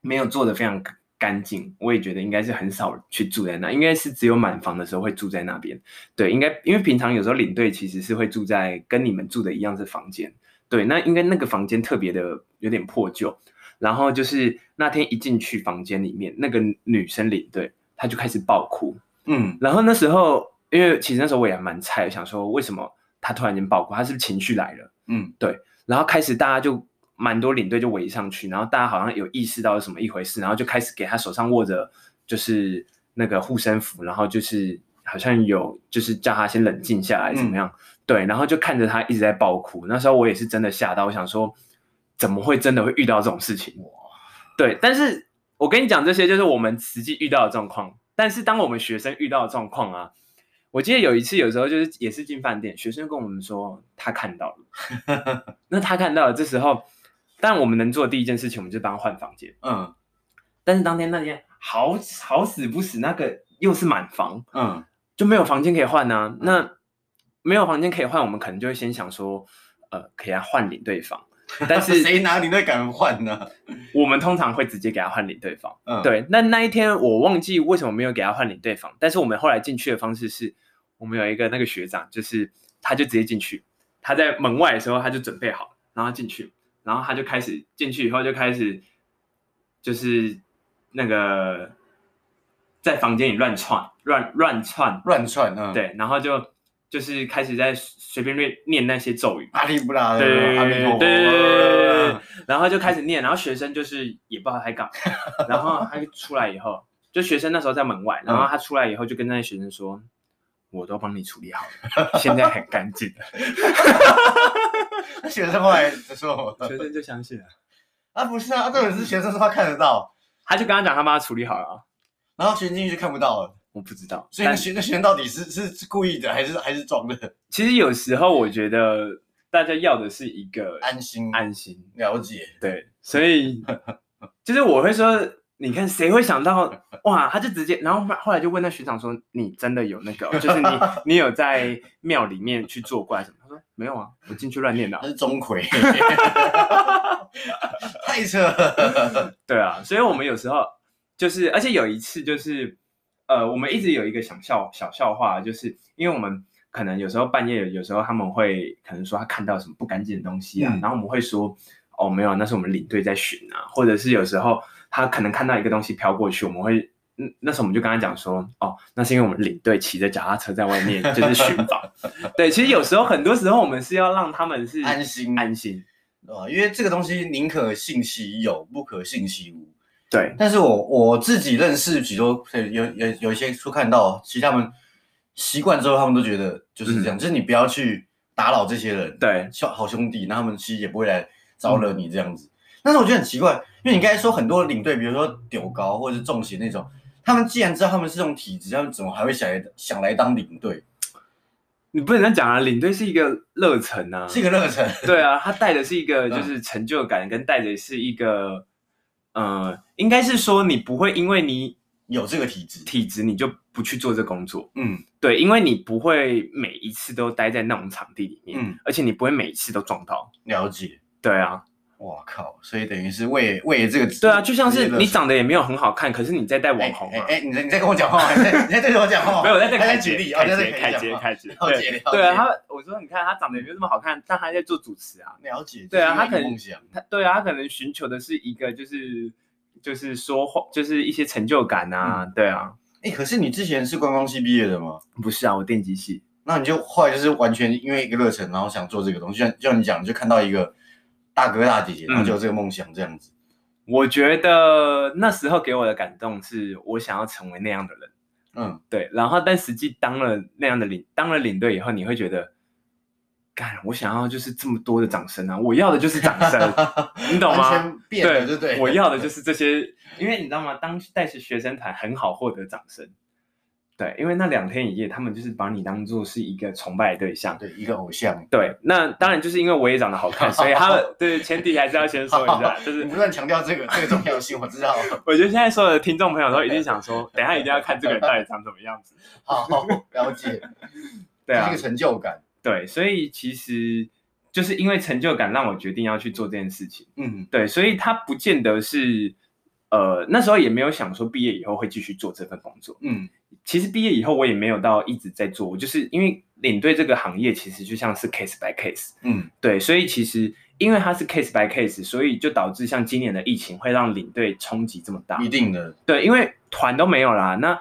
[SPEAKER 2] 没有做的非常干净，我也觉得应该是很少去住在那，应该是只有满房的时候会住在那边。对，应该因为平常有时候领队其实是会住在跟你们住的一样的房间，对，那应该那个房间特别的有点破旧。然后就是那天一进去房间里面，那个女生领队她就开始爆哭，
[SPEAKER 1] 嗯，
[SPEAKER 2] 然后那时候，因为其实那时候我也蛮菜的，想说为什么他突然间爆哭，他是不是情绪来了？
[SPEAKER 1] 嗯，
[SPEAKER 2] 对。然后开始大家就蛮多领队就围上去，然后大家好像有意识到是什么一回事，然后就开始给他手上握着就是那个护身符，然后就是好像有就是叫他先冷静下来怎么样？对，然后就看着他一直在爆哭。那时候我也是真的吓到，我想说怎么会真的会遇到这种事情？对，但是我跟你讲这些，就是我们实际遇到的状况。但是当我们学生遇到的状况啊，我记得有一次，有时候就是也是进饭店，学生跟我们说他看到了，那他看到了，这时候，但我们能做的第一件事情，我们就帮他换房间。
[SPEAKER 1] 嗯
[SPEAKER 2] 但是当天那天好好死不死，那个又是满房，
[SPEAKER 1] 嗯，
[SPEAKER 2] 就没有房间可以换啊。那没有房间可以换，我们可能就会先想说，呃，给他换领队房。但 是
[SPEAKER 1] 谁拿领队敢换呢？
[SPEAKER 2] 我们通常会直接给他换领队房。
[SPEAKER 1] 嗯，，
[SPEAKER 2] 对，那那一天我忘记为什么没有给他换领队房，但是我们后来进去的方式是，我们有一个那个学长，就是他就直接进去，他在门外的时候他就准备好，然后进去，然后他就开始进去以后就开始就是那个在房间里乱窜乱乱窜，
[SPEAKER 1] 乱窜，嗯，，
[SPEAKER 2] 对，然后就就是开始在随便念念那些咒语，
[SPEAKER 1] 阿里布拉的，
[SPEAKER 2] 对
[SPEAKER 1] 阿弥陀佛，嗯
[SPEAKER 2] 对，然后就开始念，然后学生就是也不知道他在干嘛，然后他就出来以后，就学生那时候在门外，然后他出来以后就跟那些学生说：“我都帮你处理好了，现在很干净。
[SPEAKER 1] 那学生后来就说
[SPEAKER 2] 学生就相信了，
[SPEAKER 1] 啊啊，不是啊，这种是学生说他看得到，
[SPEAKER 2] 他就跟他讲他帮他处理好了啊，
[SPEAKER 1] 然后学生进去就看不到了，
[SPEAKER 2] 我不知道。
[SPEAKER 1] 所以那
[SPEAKER 2] 但
[SPEAKER 1] 学那学生到底是是是故意的还是还是装的？
[SPEAKER 2] 其实有时候我觉得大家要的是一个
[SPEAKER 1] 安心
[SPEAKER 2] 安心，
[SPEAKER 1] 了解，
[SPEAKER 2] 对，所以就是我会说，你看谁会想到哇，他就直接，然后后后来就问那学长说，你真的有那个哦，就是你你有在庙里面去做怪什么？他说没有啊，我进去乱念的啊
[SPEAKER 1] 他。是钟 馗，太扯了，
[SPEAKER 2] 对啊，所以我们有时候就是，而且有一次就是，呃，我们一直有一个想笑小笑话，就是因为我们可能有时候半夜，有时候他们会可能说他看到什么不干净的东西啊，
[SPEAKER 1] 嗯
[SPEAKER 2] 然后我们会说哦没有啊，那是我们领队在巡啊，或者是有时候他可能看到一个东西飘过去，我们会。嗯，那时候我们就跟他讲说，哦，那是因为我们领队骑着脚踏车在外 面就是巡访，对，其实有时候很多时候我们是要让他们是
[SPEAKER 1] 安心
[SPEAKER 2] 安心，
[SPEAKER 1] 啊，因为这个东西宁可信其有，不可信其无。
[SPEAKER 2] 对，
[SPEAKER 1] 但是我我自己认识许多有有有一些书看到，其实他们习惯之后，他们都觉得就是这样，就是你不要去打扰这些人，
[SPEAKER 2] 嗯对，
[SPEAKER 1] 兄好兄弟，那他们其实也不会来招惹你这样
[SPEAKER 2] 嗯
[SPEAKER 1] 子。但是我觉得很奇怪，因为你刚才说很多领队，比如说丢高或者是中邪那种，他们既然知道他们是这种体质，他们怎么还会想来想来当领队？
[SPEAKER 2] 嗯你不能这样讲啊，领队是一个热忱啊，
[SPEAKER 1] 是一个嗯热忱，
[SPEAKER 2] 对啊，他带的是一个就是成就感，跟带的是一个，呃，应该是说你不会因为你
[SPEAKER 1] 有这个体质，
[SPEAKER 2] 体质你就不去做这工作，
[SPEAKER 1] 嗯
[SPEAKER 2] 对，因为你不会每一次都待在那种场地里面，
[SPEAKER 1] 嗯，
[SPEAKER 2] 而且你不会每一次都撞到，
[SPEAKER 1] 了解。
[SPEAKER 2] 对啊，
[SPEAKER 1] 哇靠！所以等于是为为这个职
[SPEAKER 2] 对啊，就像
[SPEAKER 1] 职业
[SPEAKER 2] 是
[SPEAKER 1] 热
[SPEAKER 2] 你
[SPEAKER 1] 忱
[SPEAKER 2] 长得也没有很好看，可是你在带网红
[SPEAKER 1] 哎
[SPEAKER 2] 啊，
[SPEAKER 1] 哎，哎你在你在跟我讲话吗， 你在你在对着我讲话吗，
[SPEAKER 2] 没有我在这
[SPEAKER 1] 还
[SPEAKER 2] 凯
[SPEAKER 1] 在
[SPEAKER 2] 杰
[SPEAKER 1] 举例，哦
[SPEAKER 2] 凯
[SPEAKER 1] 你在
[SPEAKER 2] 杰，
[SPEAKER 1] 对凯
[SPEAKER 2] 凯
[SPEAKER 1] 杰
[SPEAKER 2] 杰，
[SPEAKER 1] 讲话
[SPEAKER 2] 凯杰，
[SPEAKER 1] 了解了解，
[SPEAKER 2] 对啊，他我说你看他长得也没有这么好看，但他在做主持啊，
[SPEAKER 1] 了解，
[SPEAKER 2] 对啊
[SPEAKER 1] 这是
[SPEAKER 2] 他可能
[SPEAKER 1] 一个梦想，
[SPEAKER 2] 他对啊，他可能寻求的是一个就是就是说话，就是一些成就感啊，对啊，
[SPEAKER 1] 哎，可是你之前是观光系毕业的吗？
[SPEAKER 2] 不是啊，我电机系，
[SPEAKER 1] 那你就后来就是完全因为一个热忱，然后想做这个东西，就像就像你讲，你就看到一个大哥大姐姐，
[SPEAKER 2] 嗯
[SPEAKER 1] 然后就有这个梦想这样子，
[SPEAKER 2] 我觉得那时候给我的感动是我想要成为那样的人，
[SPEAKER 1] 嗯，
[SPEAKER 2] 对，然后但实际当了那样的领当了领队以后，你会觉得。干，我想要就是这么多的掌声啊！我要的就是掌声，你懂
[SPEAKER 1] 完
[SPEAKER 2] 吗？
[SPEAKER 1] 全变了，对不对？
[SPEAKER 2] 我要的就是这些， 因为你知道吗？当带是学生团很好获得掌声，对，因为那两天一夜，他们就是把你当做是一个崇拜的对象。
[SPEAKER 1] 对一个偶像，
[SPEAKER 2] 对，那当然就是因为我也长得好看，所以他 们对前提还是要先说一下，就
[SPEAKER 1] 你
[SPEAKER 2] 是
[SPEAKER 1] 不断强调这个这个重要性，我知道，
[SPEAKER 2] 我觉得现在所有的听众朋友都一定想说，等一下一定要看这个人到底长什么样 子。
[SPEAKER 1] 好了解，
[SPEAKER 2] 对啊
[SPEAKER 1] 这是一个，成就感，
[SPEAKER 2] 对，所以其实就是因为成就感让我决定要去做这件事情。
[SPEAKER 1] 嗯
[SPEAKER 2] 对，所以他不见得是，呃，那时候也没有想说毕业以后会继续做这份工作。
[SPEAKER 1] 嗯，
[SPEAKER 2] 其实毕业以后我也没有到一直在做，我就是因为领队这个行业其实就像是 case by case，
[SPEAKER 1] 嗯
[SPEAKER 2] 对，所以其实因为它是 case by case，所以就导致像今年的疫情会让领队冲击这么大
[SPEAKER 1] 一，定的，
[SPEAKER 2] 对，因为团都没有啦，那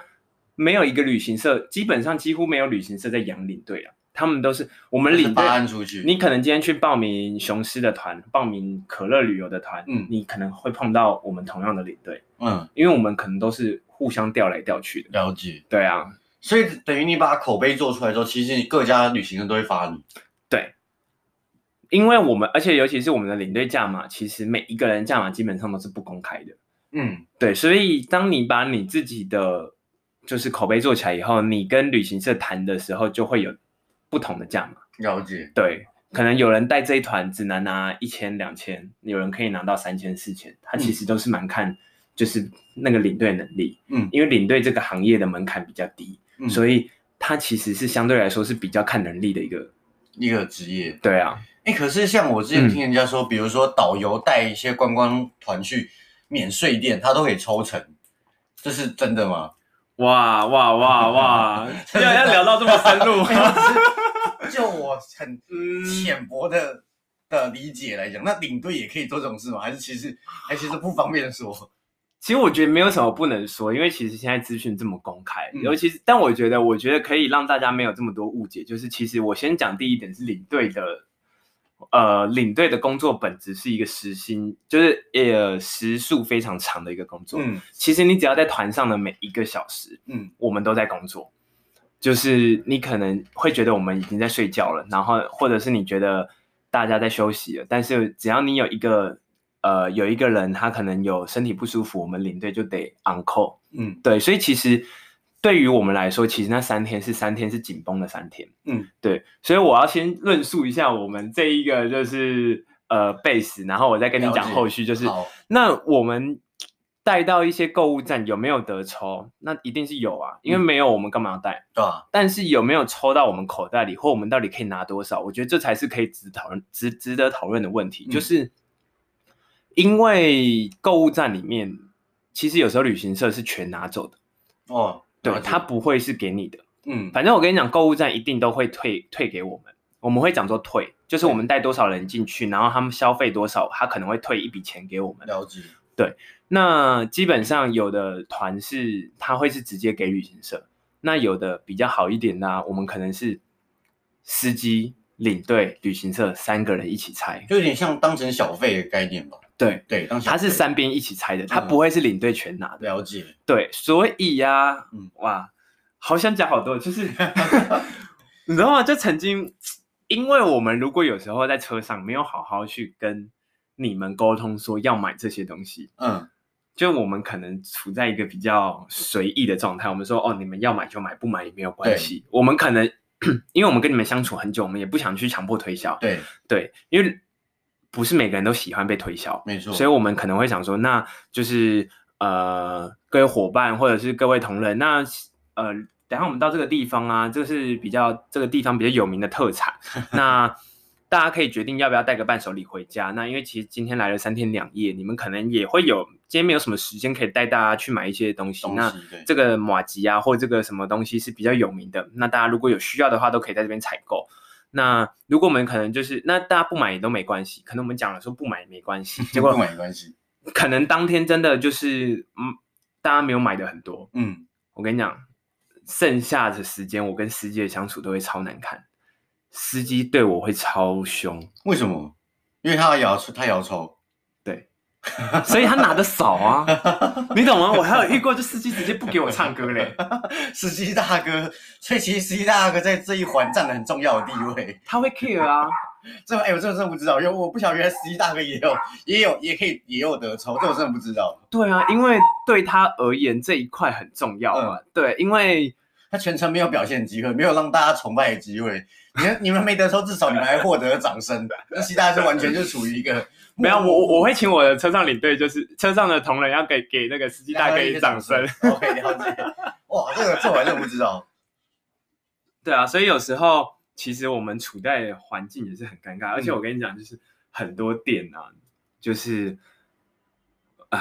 [SPEAKER 2] 没有一个旅行社，基本上几乎没有旅行社在养领队啊，他们都是我们领队
[SPEAKER 1] 发。案出去，
[SPEAKER 2] 你可能今天去报名雄狮的团，报名可乐旅游的团，
[SPEAKER 1] 嗯
[SPEAKER 2] 你可能会碰到我们同样的领队，
[SPEAKER 1] 嗯
[SPEAKER 2] 因为我们可能都是互相调来调去的。
[SPEAKER 1] 了解。
[SPEAKER 2] 对啊，
[SPEAKER 1] 所以等于你把口碑做出来之后，其实你各家旅行社都会发你。
[SPEAKER 2] 因为我们，而且尤其是我们的领队价码，其实每一个人价码基本上都是不公开的。
[SPEAKER 1] 嗯，
[SPEAKER 2] 对，所以当你把你自己的就是口碑做起来以后，你跟旅行社谈的时候，就会有不同的价码。
[SPEAKER 1] 了解。
[SPEAKER 2] 对，可能有人带这一团只能拿一千、两千，有人可以拿到三千、四千，它其实都是蛮看就是那个领队能力。
[SPEAKER 1] 嗯
[SPEAKER 2] 因为领队这个行业的门槛比较低，
[SPEAKER 1] 嗯，所
[SPEAKER 2] 所以它其实是相对来说是比较看能力的一个。
[SPEAKER 1] 以一个职业。
[SPEAKER 2] 对啊，
[SPEAKER 1] 哎，可是像我之
[SPEAKER 2] 嗯
[SPEAKER 1] 前听人家说，比如说导游带一些观光团去免税店，他都可以抽成，这是真的吗？
[SPEAKER 2] 哇哇哇 哇！要要聊到这么深 入，
[SPEAKER 1] 就我很
[SPEAKER 2] 嗯，
[SPEAKER 1] 浅薄的。的理解来讲，那领队也可以做这种事吗？还是其实，还其实不方便说？
[SPEAKER 2] 其实我觉得没有什么不能说，因为其实现在资讯这么公开，
[SPEAKER 1] 嗯
[SPEAKER 2] 尤其是但我觉得，我觉得可以让大家没有这么多误解，就是其实我先讲第一点是领队的，呃，领队的工作本质是一个时薪，就是呃时数非常长的一个工作。
[SPEAKER 1] 嗯
[SPEAKER 2] 其实你只要在团上的每一个小时，
[SPEAKER 1] 嗯，
[SPEAKER 2] 我们都在工作。就是你可能会觉得我们已经在睡觉了，然后或者是你觉得大家在休息了，但是只要你有一个呃有一个人他可能有身体不舒服，我们领队就得 on call。
[SPEAKER 1] 嗯
[SPEAKER 2] 对，所以其实对于我们来说，其实那三天是三天是紧绷的三天。
[SPEAKER 1] 嗯，
[SPEAKER 2] 对，所以我要先论述一下我们这一个就是呃 base，然后我再跟你
[SPEAKER 1] 了
[SPEAKER 2] 讲
[SPEAKER 1] 解
[SPEAKER 2] 后续就是
[SPEAKER 1] 好，
[SPEAKER 2] 那我们带到一些购物站有没有得抽？那一定是有啊，因为没有我们干嘛要带？
[SPEAKER 1] 对吧？
[SPEAKER 2] 但是有没有抽到我们口袋里，或我们到底可以拿多少？我觉得这才是可以值讨论、值值得讨论的问题。
[SPEAKER 1] 嗯
[SPEAKER 2] 就是因为购物站里面，其实有时候旅行社是全拿走的，
[SPEAKER 1] 哦，
[SPEAKER 2] 对，
[SPEAKER 1] 了解
[SPEAKER 2] 他不会是给你的。
[SPEAKER 1] 嗯
[SPEAKER 2] 反正我跟你讲，购物站一定都会退退给我们，我们会讲说退，就是我们带多少人进去，然后他们消费多少，他可能会退一笔钱给我们。
[SPEAKER 1] 了解，
[SPEAKER 2] 那基本上有的团是他会是直接给旅行社，那有的比较好一点呢、我们可能是司机、领队、旅行社三个人一起拆，
[SPEAKER 1] 就有点像当成小费的概念吧？
[SPEAKER 2] 对，
[SPEAKER 1] 对，当小
[SPEAKER 2] 他是
[SPEAKER 1] 费
[SPEAKER 2] 三边一起拆的，他
[SPEAKER 1] 嗯
[SPEAKER 2] 不会是领队全拿的，
[SPEAKER 1] 了解，
[SPEAKER 2] 对，所以呀、
[SPEAKER 1] 嗯
[SPEAKER 2] 哇，好想讲好多，就是 你知道吗？就曾经，因为我们如果有时候在车上没有好好去跟你们沟通说要买这些东西，
[SPEAKER 1] 嗯，
[SPEAKER 2] 就我们可能处在一个比较随意的状态，我们说哦，你们要买就买，不买也没有关系。我们可能 因为我们跟你们相处很久，我们也不想去强迫推销，
[SPEAKER 1] 对，
[SPEAKER 2] 对，因为不是每个人都喜欢被推销，
[SPEAKER 1] 没错，
[SPEAKER 2] 所以我们可能会想说，那就是呃，各位伙伴或者是各位同仁，那呃，等一下我们到这个地方啊，这个是比较这个地方比较有名的特产，那大家可以决定要不要带个伴手礼回家。那因为其实今天来了三天两夜，你们可能也会有今天没有什么时间可以带大家去买一些东西，
[SPEAKER 1] 东
[SPEAKER 2] 那。
[SPEAKER 1] 西对，
[SPEAKER 2] 这个马吉啊，或这个什么东西是比较有名的，那大家如果有需要的话，都可以在这边采购。那如果我们可能就是，那大家不买也都没关系，可能我们讲了说不买也没关系，结
[SPEAKER 1] 结果
[SPEAKER 2] 果
[SPEAKER 1] 不买没关系，
[SPEAKER 2] 可能当天真的就是，嗯，大家没有买的很多。
[SPEAKER 1] 嗯，
[SPEAKER 2] 我跟你讲，剩下的时间我跟司机的相处都会超难看，司机对我会超 凶，
[SPEAKER 1] 为什么？因为他要抽，他要抽，
[SPEAKER 2] 对，所以他拿的少啊，你懂吗？我还有遇过，就司机直接不给我唱歌嘞，
[SPEAKER 1] 司机大哥，所以其实司机大哥在这一环占了很重要的地位。
[SPEAKER 2] 他会 care 啊，
[SPEAKER 1] 这哎、我真的真的不知道，因为我不晓得原来司机大哥也有也有也可以也有得抽，这我真的不知道。
[SPEAKER 2] 对啊，嗯因为对他而言这一块很重要嘛，对，因为
[SPEAKER 1] 他全程没有表现机会，没有让大家崇拜的机会。你们你们没得抽，至少你们还获得了掌声。那其他是完全就处于一个
[SPEAKER 2] 没有我我我会请我的车上领队，就是车上的同仁要给给那个司机大哥一个掌声。。
[SPEAKER 1] OK，了解。哇，这个这我还真的不知道。
[SPEAKER 2] 对啊，所以有时候其实我们处在的环境也是很尴尬，而且我跟你讲，就是很多店啊，就是啊，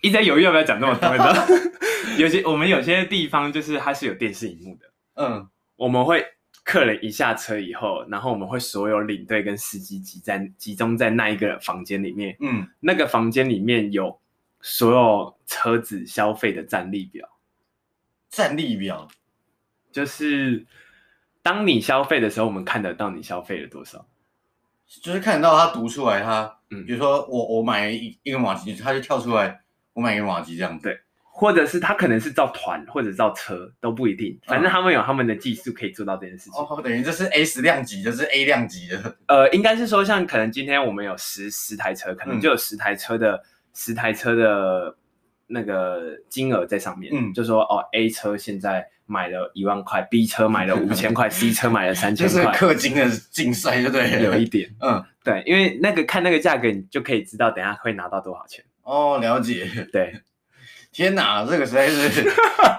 [SPEAKER 2] 一直在犹豫要不要讲这么多，你知道？ 有些我们有些地方就是它是有电视荧幕的，
[SPEAKER 1] 嗯，
[SPEAKER 2] 我们会客人一下车以后，然后我们会所有领队跟司机集在集中在那一个房间里面，
[SPEAKER 1] 嗯，
[SPEAKER 2] 那个房间里面有所有车子消费的战力表。
[SPEAKER 1] 战力表
[SPEAKER 2] 就是当你消费的时候，我们看得到你消费了多少。
[SPEAKER 1] 就是看得到他读出来他，
[SPEAKER 2] 嗯
[SPEAKER 1] 比如说我我买一一个马吉，他就跳出来我买一个马吉这样子。
[SPEAKER 2] 对或者是他可能是照团或者照车都不一定，反正他们有他们的技术可以做到这件事情。
[SPEAKER 1] 哦，等于这是 S 量级的，这是 A 量级的。
[SPEAKER 2] 呃，应该是说像可能今天我们有十十台车，
[SPEAKER 1] 嗯
[SPEAKER 2] 可能就有十台车的十、台车的那个金额在上面，
[SPEAKER 1] 嗯
[SPEAKER 2] 就说哦 A 车现在买了一万块，B 车买了五 千块，C 车买了三
[SPEAKER 1] 就是
[SPEAKER 2] 千块，
[SPEAKER 1] 氪金的竞赛，对不对？
[SPEAKER 2] 有一点
[SPEAKER 1] 嗯，
[SPEAKER 2] 对，因为那个看那个价格，你就可以知道等一下会拿到多少钱。
[SPEAKER 1] 哦，了解。
[SPEAKER 2] 对，
[SPEAKER 1] 天哪，这个实在是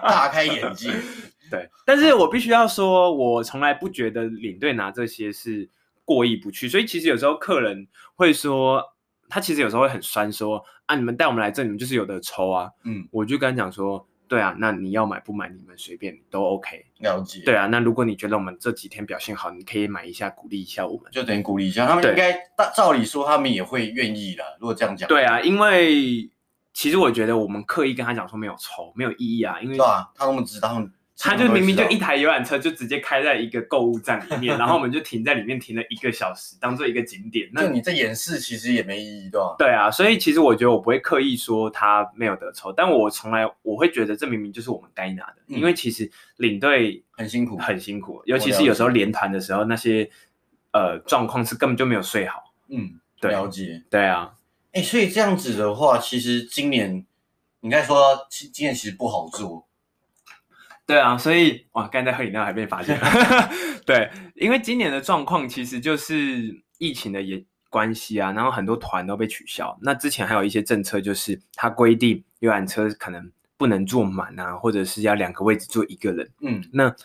[SPEAKER 1] 大开眼 界。
[SPEAKER 2] 对，但是我必须要说，我从来不觉得领队拿这些是过意不去，所以其实有时候客人会说，他其实有时候会很酸说，啊，你们带我们来这，你们就是有的抽啊。
[SPEAKER 1] 嗯，
[SPEAKER 2] 我就跟他讲说，对啊，那你要买不买，你们随便都 OK。
[SPEAKER 1] 了解。
[SPEAKER 2] 对，啊，那如果你觉得我们这几天表现好，你可以买一下，鼓励一下我们。
[SPEAKER 1] 就等于鼓励一下他们，
[SPEAKER 2] 对
[SPEAKER 1] 应该大照理说他们也会愿意的。如果这样讲，
[SPEAKER 2] 对啊，因为其实我觉得我们刻意跟他讲说没有抽，没有意义啊，因为
[SPEAKER 1] 对吧？他们知道，他们
[SPEAKER 2] 他就明明就一
[SPEAKER 1] 知道
[SPEAKER 2] 台游览车就直接开在一个购物站 里面，然后我们就停在里面停了一个小时，当做一个景点。那
[SPEAKER 1] 就你这演示其实也没意义，对吧？
[SPEAKER 2] 对啊，所以其实我觉得我不会刻意说他没有得抽，但我从来我会觉得这明明就是我们该拿的，
[SPEAKER 1] 嗯
[SPEAKER 2] 因为其实领队
[SPEAKER 1] 很辛苦，
[SPEAKER 2] 很辛苦，尤其
[SPEAKER 1] 我了
[SPEAKER 2] 是
[SPEAKER 1] 解
[SPEAKER 2] 有时候连团的时候那些呃状况是根本就没有睡好。
[SPEAKER 1] 嗯，
[SPEAKER 2] 对
[SPEAKER 1] 了解。
[SPEAKER 2] 对啊，
[SPEAKER 1] 哎、哎，所以这样子的话，其实今年你该说，其今年其实不好做。
[SPEAKER 2] 对啊，所以哇，刚才在喝饮料还被发现。对，因为今年的状况其实就是疫情的也关系啊，然后很多团都被取消。那之前还有一些政策，就是它规定游览车可能不能坐满啊，或者是要两个位置坐一个人。
[SPEAKER 1] 嗯，
[SPEAKER 2] 那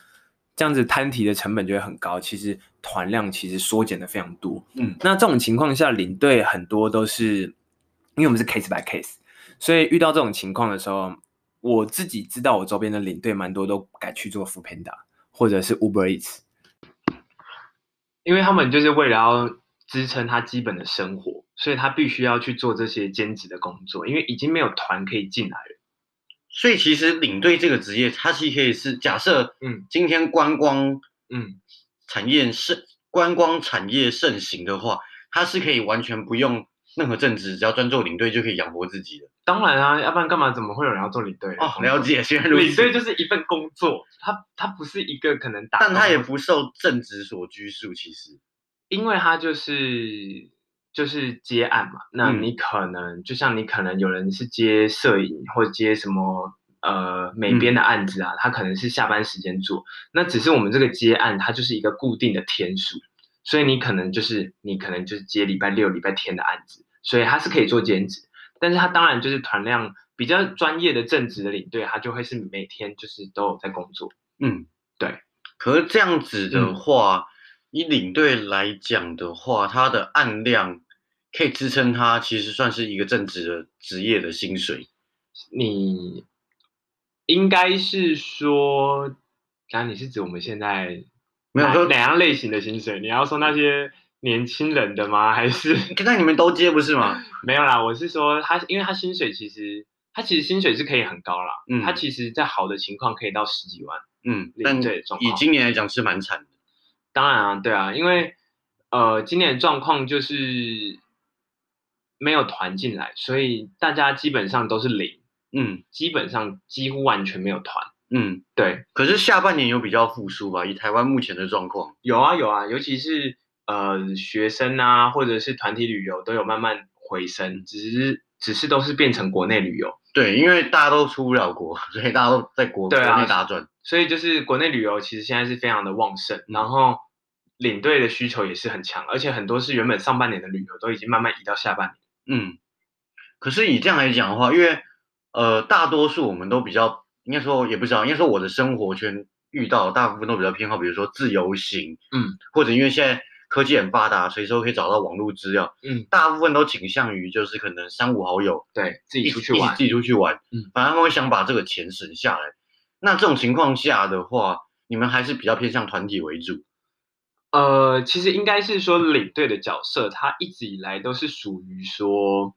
[SPEAKER 2] 这样子摊提的成本就会很高，其实团量其实缩减的非常多。
[SPEAKER 1] 嗯
[SPEAKER 2] 那这种情况下，领队很多都是因为我们是 case by case，所以遇到这种情况的时候，我自己知道我周边的领队蛮多都改去做 f o o Panda 或者是 Uber Eats，因为他们就是为了要支撑他基本的生活，所以他必须要去做这些兼职的工作，因为已经没有团可以进来了。
[SPEAKER 1] 所以其实领队这个职业，它其实可以是假设，
[SPEAKER 2] 嗯
[SPEAKER 1] 今天观光
[SPEAKER 2] 嗯，
[SPEAKER 1] 产业盛观光产业盛行的话，它是可以完全不用任何正职，只要专做领队就可以养活自己的。
[SPEAKER 2] 当然啊，要不然干嘛？怎么会有人要做领队的
[SPEAKER 1] 哦，
[SPEAKER 2] 工作
[SPEAKER 1] 了解，虽然如
[SPEAKER 2] 嗯领
[SPEAKER 1] 此
[SPEAKER 2] 队，就是一份工作，他他不是一个可能打，
[SPEAKER 1] 但它也，不受正职所拘束。其实，
[SPEAKER 2] 因为他就是就是接案嘛。那
[SPEAKER 1] 嗯
[SPEAKER 2] 你可能、就像你可能有人是接摄影或接什么呃美编的案子啊，他可能是下班时间做。那只是我们这个接案，它就是一个固定的天数，所以你可能就是你可能就是接礼拜六、礼拜天的案子，所以他是可以做兼职。但是他当然就是团量比较专业的正职的领队，他就会是每天就是都有在工作。
[SPEAKER 1] 嗯，
[SPEAKER 2] 对。
[SPEAKER 1] 可是这样子的
[SPEAKER 2] 嗯
[SPEAKER 1] 话，以领队来讲的话，它的案量可以支撑它，其实算是一个正职的职业的薪水。
[SPEAKER 2] 你应该是说，啊，你是指我们现在
[SPEAKER 1] 没有
[SPEAKER 2] 哪
[SPEAKER 1] 说
[SPEAKER 2] 哪样类型的薪水？你要说那些年轻人的吗？还是
[SPEAKER 1] 那你们都接不是吗？
[SPEAKER 2] 没有啦？我是说他，因为他薪水其实他其实薪水是可以很高啦，
[SPEAKER 1] 嗯
[SPEAKER 2] 他其实在好的情况可以到十几万。
[SPEAKER 1] 嗯，
[SPEAKER 2] 领
[SPEAKER 1] 但
[SPEAKER 2] 队的状
[SPEAKER 1] 以
[SPEAKER 2] 况
[SPEAKER 1] 今年来讲是蛮惨的。
[SPEAKER 2] 当然啊，对啊，因为呃，今年的状况就是没有团进来，所以大家基本上都是零，
[SPEAKER 1] 嗯
[SPEAKER 2] 基本上几乎完全没有团。
[SPEAKER 1] 嗯。
[SPEAKER 2] 对，
[SPEAKER 1] 可是下半年有比较复苏吧？以台湾目前的状况，
[SPEAKER 2] 有啊有啊，尤其是呃学生啊，或者是团体旅游都有慢慢回升，只是只是都是变成国内旅游，
[SPEAKER 1] 对，因为大家都出不了国，所以大家都在国、
[SPEAKER 2] 对啊
[SPEAKER 1] 国内打转。
[SPEAKER 2] 所以就是国内旅游其实现在是非常的旺盛，然后领队的需求也是很强，而且很多是原本上半年的旅游都已经慢慢移到下半年。
[SPEAKER 1] 嗯，可是以这样来讲的话，因为呃，大多数我们都比较，应该说也不知道，应该说我的生活圈遇到大部分都比较偏好，比如说自由行，
[SPEAKER 2] 嗯，
[SPEAKER 1] 或者因为现在科技很发达，随时都可以找到网络资料，
[SPEAKER 2] 嗯，
[SPEAKER 1] 大部分都倾向于就是可能三五好友
[SPEAKER 2] 对，自
[SPEAKER 1] 一
[SPEAKER 2] 己
[SPEAKER 1] 起
[SPEAKER 2] 出去
[SPEAKER 1] 一起
[SPEAKER 2] 玩
[SPEAKER 1] 自，己出去玩，
[SPEAKER 2] 嗯，
[SPEAKER 1] 反正他们想把这个钱省下来。那这种情况下的话，你们还是比较偏向团体为主。
[SPEAKER 2] 呃，其实应该是说领队的角色，他一直以来都是属于说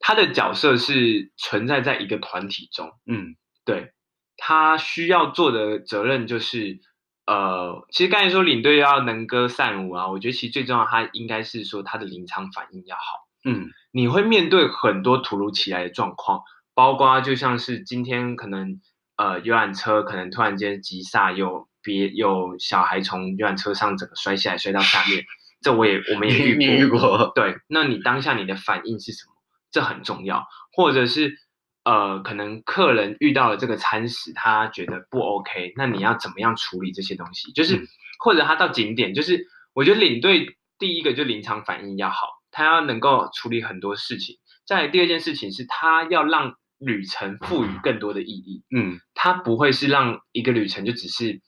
[SPEAKER 2] 他的角色是存在在一个团体中。
[SPEAKER 1] 嗯
[SPEAKER 2] 对他需要做的责任就是，呃，其实刚才说领队要能歌善舞啊，我觉得其实最重要，他应该是说他的临场反应要好。
[SPEAKER 1] 嗯
[SPEAKER 2] 你会面对很多突如其来的状况，包括就像是今天可能呃游览车可能突然间急刹，有别有小孩从游览车上整个摔下来，摔到下 面，这我也我们也
[SPEAKER 1] 你你
[SPEAKER 2] 遇
[SPEAKER 1] 遇
[SPEAKER 2] 过，
[SPEAKER 1] 过？
[SPEAKER 2] 对，那你当下你的反应是什么？这很重要，或者是呃，可能客人遇到了这个餐食，他觉得不 OK，那你要怎么样处理这些东西？就是、
[SPEAKER 1] 嗯
[SPEAKER 2] 或者他到景点，就是我觉得领队第一个就临场反应要好，他要能够处理很多事情。再来第二件事情是他要让旅程赋予更多的意义，
[SPEAKER 1] 嗯
[SPEAKER 2] 他不会是让一个旅程就只是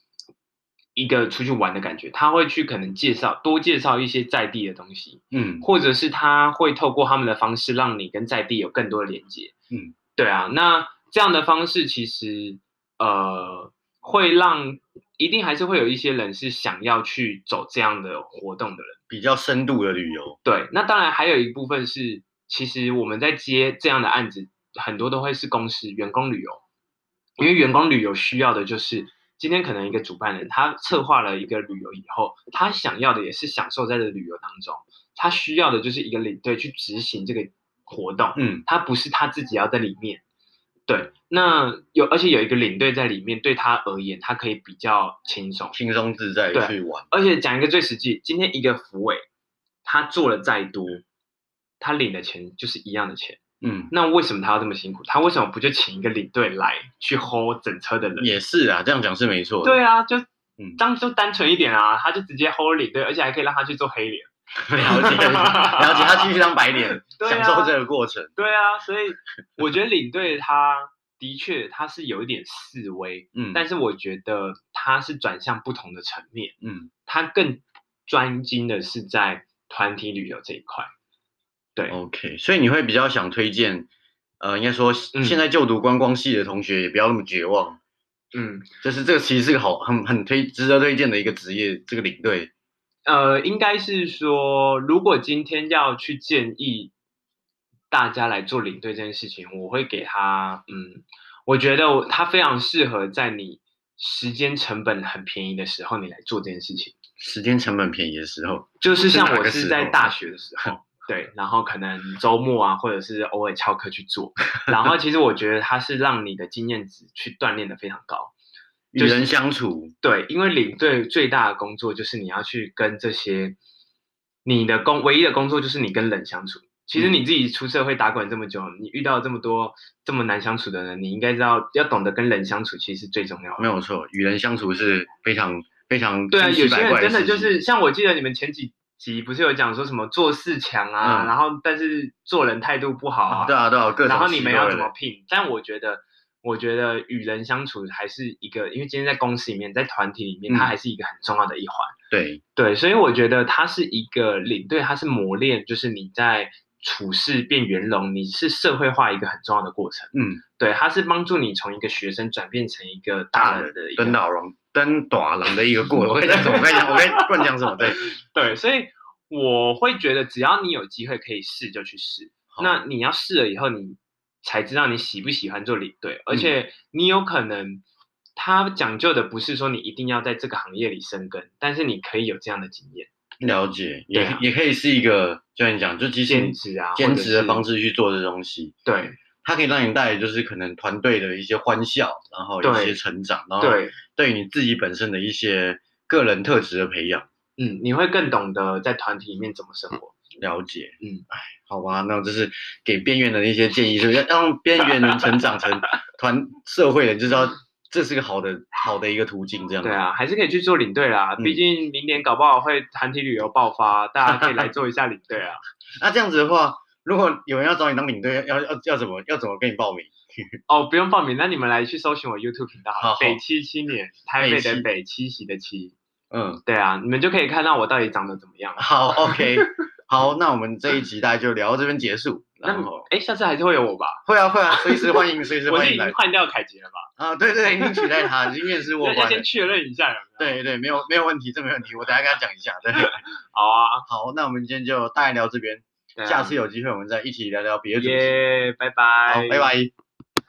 [SPEAKER 2] 一个出去玩的感觉，他会去可能介绍多介绍一些在地的东西，
[SPEAKER 1] 嗯
[SPEAKER 2] 或者是他会透过他们的方式让你跟在地有更多的连接。
[SPEAKER 1] 嗯，
[SPEAKER 2] 对啊，那这样的方式其实呃会让一定还是会有一些人是想要去走这样的活动的人。
[SPEAKER 1] 比较深度的旅游。
[SPEAKER 2] 对，那当然还有一部分是，其实我们在接这样的案子，很多都会是公司员工旅游，因为员工旅游需要的就是今天可能一个主办人他策划了一个旅游以后，他想要的也是享受在这旅游当中，他需要的就是一个领队去执行这个活动，
[SPEAKER 1] 嗯
[SPEAKER 2] 他不是他自己要在里面。对，那有而且有一个领队在里面，对他而言，他可以比较轻松。
[SPEAKER 1] 轻松自在地
[SPEAKER 2] 对
[SPEAKER 1] 去玩。
[SPEAKER 2] 而且讲一个最实际，今天一个福委，他做了再多，他领的钱就是一样的钱。
[SPEAKER 1] 嗯，
[SPEAKER 2] 那为什么他要这么辛苦？他为什么不就请一个领队来去 hold 整车的人？
[SPEAKER 1] 也是啊，这样讲是没错的。
[SPEAKER 2] 对啊，就
[SPEAKER 1] 嗯
[SPEAKER 2] 当就单纯一点啊，他就直接 hold 领队，而且还可以让他去做黑脸。
[SPEAKER 1] 了解，了解，他继续当白脸，
[SPEAKER 2] 对
[SPEAKER 1] 享
[SPEAKER 2] 啊
[SPEAKER 1] 受这个过程。
[SPEAKER 2] 对啊，所 以我觉得领队他的确他是有一点示威，
[SPEAKER 1] 嗯，
[SPEAKER 2] 但是我觉得他是转向不同的层面，
[SPEAKER 1] 嗯，
[SPEAKER 2] 他更专精的是在团体旅游这一块。对
[SPEAKER 1] OK，所以你会比较想推荐，呃，应该说
[SPEAKER 2] 嗯
[SPEAKER 1] 现在就读观光系的同学也不要那么绝望，
[SPEAKER 2] 嗯，
[SPEAKER 1] 就是这个其实是个好很很推值得推荐的一个职业，这个领队。
[SPEAKER 2] 呃，应该是说，如果今天要去建议大家来做领队这件事情，我会给他，嗯，我觉得我他非常适合在你时间成本很便宜的时候，你来做这件事情。
[SPEAKER 1] 时间成本便宜的时候，
[SPEAKER 2] 就是
[SPEAKER 1] 是哪
[SPEAKER 2] 像我
[SPEAKER 1] 个时
[SPEAKER 2] 是在
[SPEAKER 1] 候
[SPEAKER 2] 大学的时候，对，然后可能周末啊，或者是偶尔翘课去做。然后其实我觉得它是让你的经验值去锻炼的非常高。
[SPEAKER 1] 与
[SPEAKER 2] 就是
[SPEAKER 1] 人相处，
[SPEAKER 2] 对，因为领队最大的工作就是你要去跟这些，你的工唯一的工作就是你跟人相处。其实
[SPEAKER 1] 嗯
[SPEAKER 2] 你自己出社会打滚这么久，你遇到这么多这么难相处的人，你应该知道要懂得跟人相处，其实是最重要的
[SPEAKER 1] 没。有错，与人相处是非常非常
[SPEAKER 2] 对啊，
[SPEAKER 1] 千奇
[SPEAKER 2] 有些
[SPEAKER 1] 百
[SPEAKER 2] 人
[SPEAKER 1] 怪
[SPEAKER 2] 真的
[SPEAKER 1] 事
[SPEAKER 2] 就
[SPEAKER 1] 情
[SPEAKER 2] 是像我记得你们前几集不是有讲说什么做事强啊，
[SPEAKER 1] 嗯
[SPEAKER 2] 然后但是做人态度不好啊，
[SPEAKER 1] 对啊对啊，各种
[SPEAKER 2] 然后你
[SPEAKER 1] 奇
[SPEAKER 2] 们要
[SPEAKER 1] 怪
[SPEAKER 2] 怎
[SPEAKER 1] 的
[SPEAKER 2] 么拼？但我觉得，我觉得与人相处还是一个，因为今天在公司里面，在团体里面，
[SPEAKER 1] 嗯
[SPEAKER 2] 它还是一个很重要的一环。
[SPEAKER 1] 对，
[SPEAKER 2] 对，所以我觉得它是一个领队，它是磨练，就是你在处事变圆融，你是社会化一个很重要的过程。
[SPEAKER 1] 嗯，
[SPEAKER 2] 对，它是帮助你从一个学生转变成一个大人的一个
[SPEAKER 1] 登岛龙登短龙的一个 过程。我跟你讲什么？我跟你讲，我跟你 乱讲什么？对，
[SPEAKER 2] 对，所以我会觉得，只要你有机会可以试，就去试。
[SPEAKER 1] 好
[SPEAKER 2] 那你要试了以后，你才知道你喜不喜欢做领队，而且你有可能，他讲究的不是说你一定要在这个行业里生根，但是你可以有这样的经验，
[SPEAKER 1] 了解，
[SPEAKER 2] 对
[SPEAKER 1] 也、
[SPEAKER 2] 啊
[SPEAKER 1] 也可以是一个，就像你讲，就即使
[SPEAKER 2] 兼
[SPEAKER 1] 你
[SPEAKER 2] 职啊，
[SPEAKER 1] 兼职的方
[SPEAKER 2] 式，
[SPEAKER 1] 式去做这东西，
[SPEAKER 2] 对
[SPEAKER 1] 它可以让你带来就是可能团队的一些欢笑，然后一
[SPEAKER 2] 对
[SPEAKER 1] 些成长，然后
[SPEAKER 2] 对，
[SPEAKER 1] 对你自己本身的一些个人特质的培养。
[SPEAKER 2] 嗯，你会更懂得在团体里面怎么生活。
[SPEAKER 1] 了解，
[SPEAKER 2] 嗯，
[SPEAKER 1] 哎，好吧，那我就是给边缘人的一些建议，是不 是让边缘人成长成团社会人，就是要这是个好的好的一个途径，这样
[SPEAKER 2] 对，啊，还是可以去做领队啦，
[SPEAKER 1] 嗯
[SPEAKER 2] 毕竟明年搞不好会团体旅游爆发，大家可以来做一下领队啊。
[SPEAKER 1] 那这样子的话，如果有人要找你当领队，要要要怎么要怎么跟你报名？
[SPEAKER 2] 哦，不用报名，那你们来去搜寻我 YouTube 频道好了
[SPEAKER 1] 好好
[SPEAKER 2] 北七青年，台
[SPEAKER 1] 北
[SPEAKER 2] 北
[SPEAKER 1] 七
[SPEAKER 2] 的北七席的七，
[SPEAKER 1] 嗯，
[SPEAKER 2] 对啊，你们就可以看到我到底长得怎么样了。
[SPEAKER 1] 好，OK，好， 那我们这一集大概就聊到这边结束。
[SPEAKER 2] 那
[SPEAKER 1] 然后
[SPEAKER 2] 哎，下次还是会有我吧？
[SPEAKER 1] 会啊会啊，随时欢迎，随时
[SPEAKER 2] 我
[SPEAKER 1] 欢
[SPEAKER 2] 是已
[SPEAKER 1] 迎来
[SPEAKER 2] 经换掉凯杰了吧？
[SPEAKER 1] 啊！对对，对已经取代他，已经面试过
[SPEAKER 2] 要 要
[SPEAKER 1] 关
[SPEAKER 2] 先
[SPEAKER 1] 了。
[SPEAKER 2] 确认一下有没有？
[SPEAKER 1] 对对，没有没有问题，这没问题，我等一下跟他讲一下。 对，
[SPEAKER 2] 好啊，
[SPEAKER 1] 好，那我们今天就大概聊这边，
[SPEAKER 2] 对啊
[SPEAKER 1] 下次有机会我们再一起聊聊别的主题。
[SPEAKER 2] 耶，拜
[SPEAKER 1] 好
[SPEAKER 2] 拜，，
[SPEAKER 1] 拜。拜。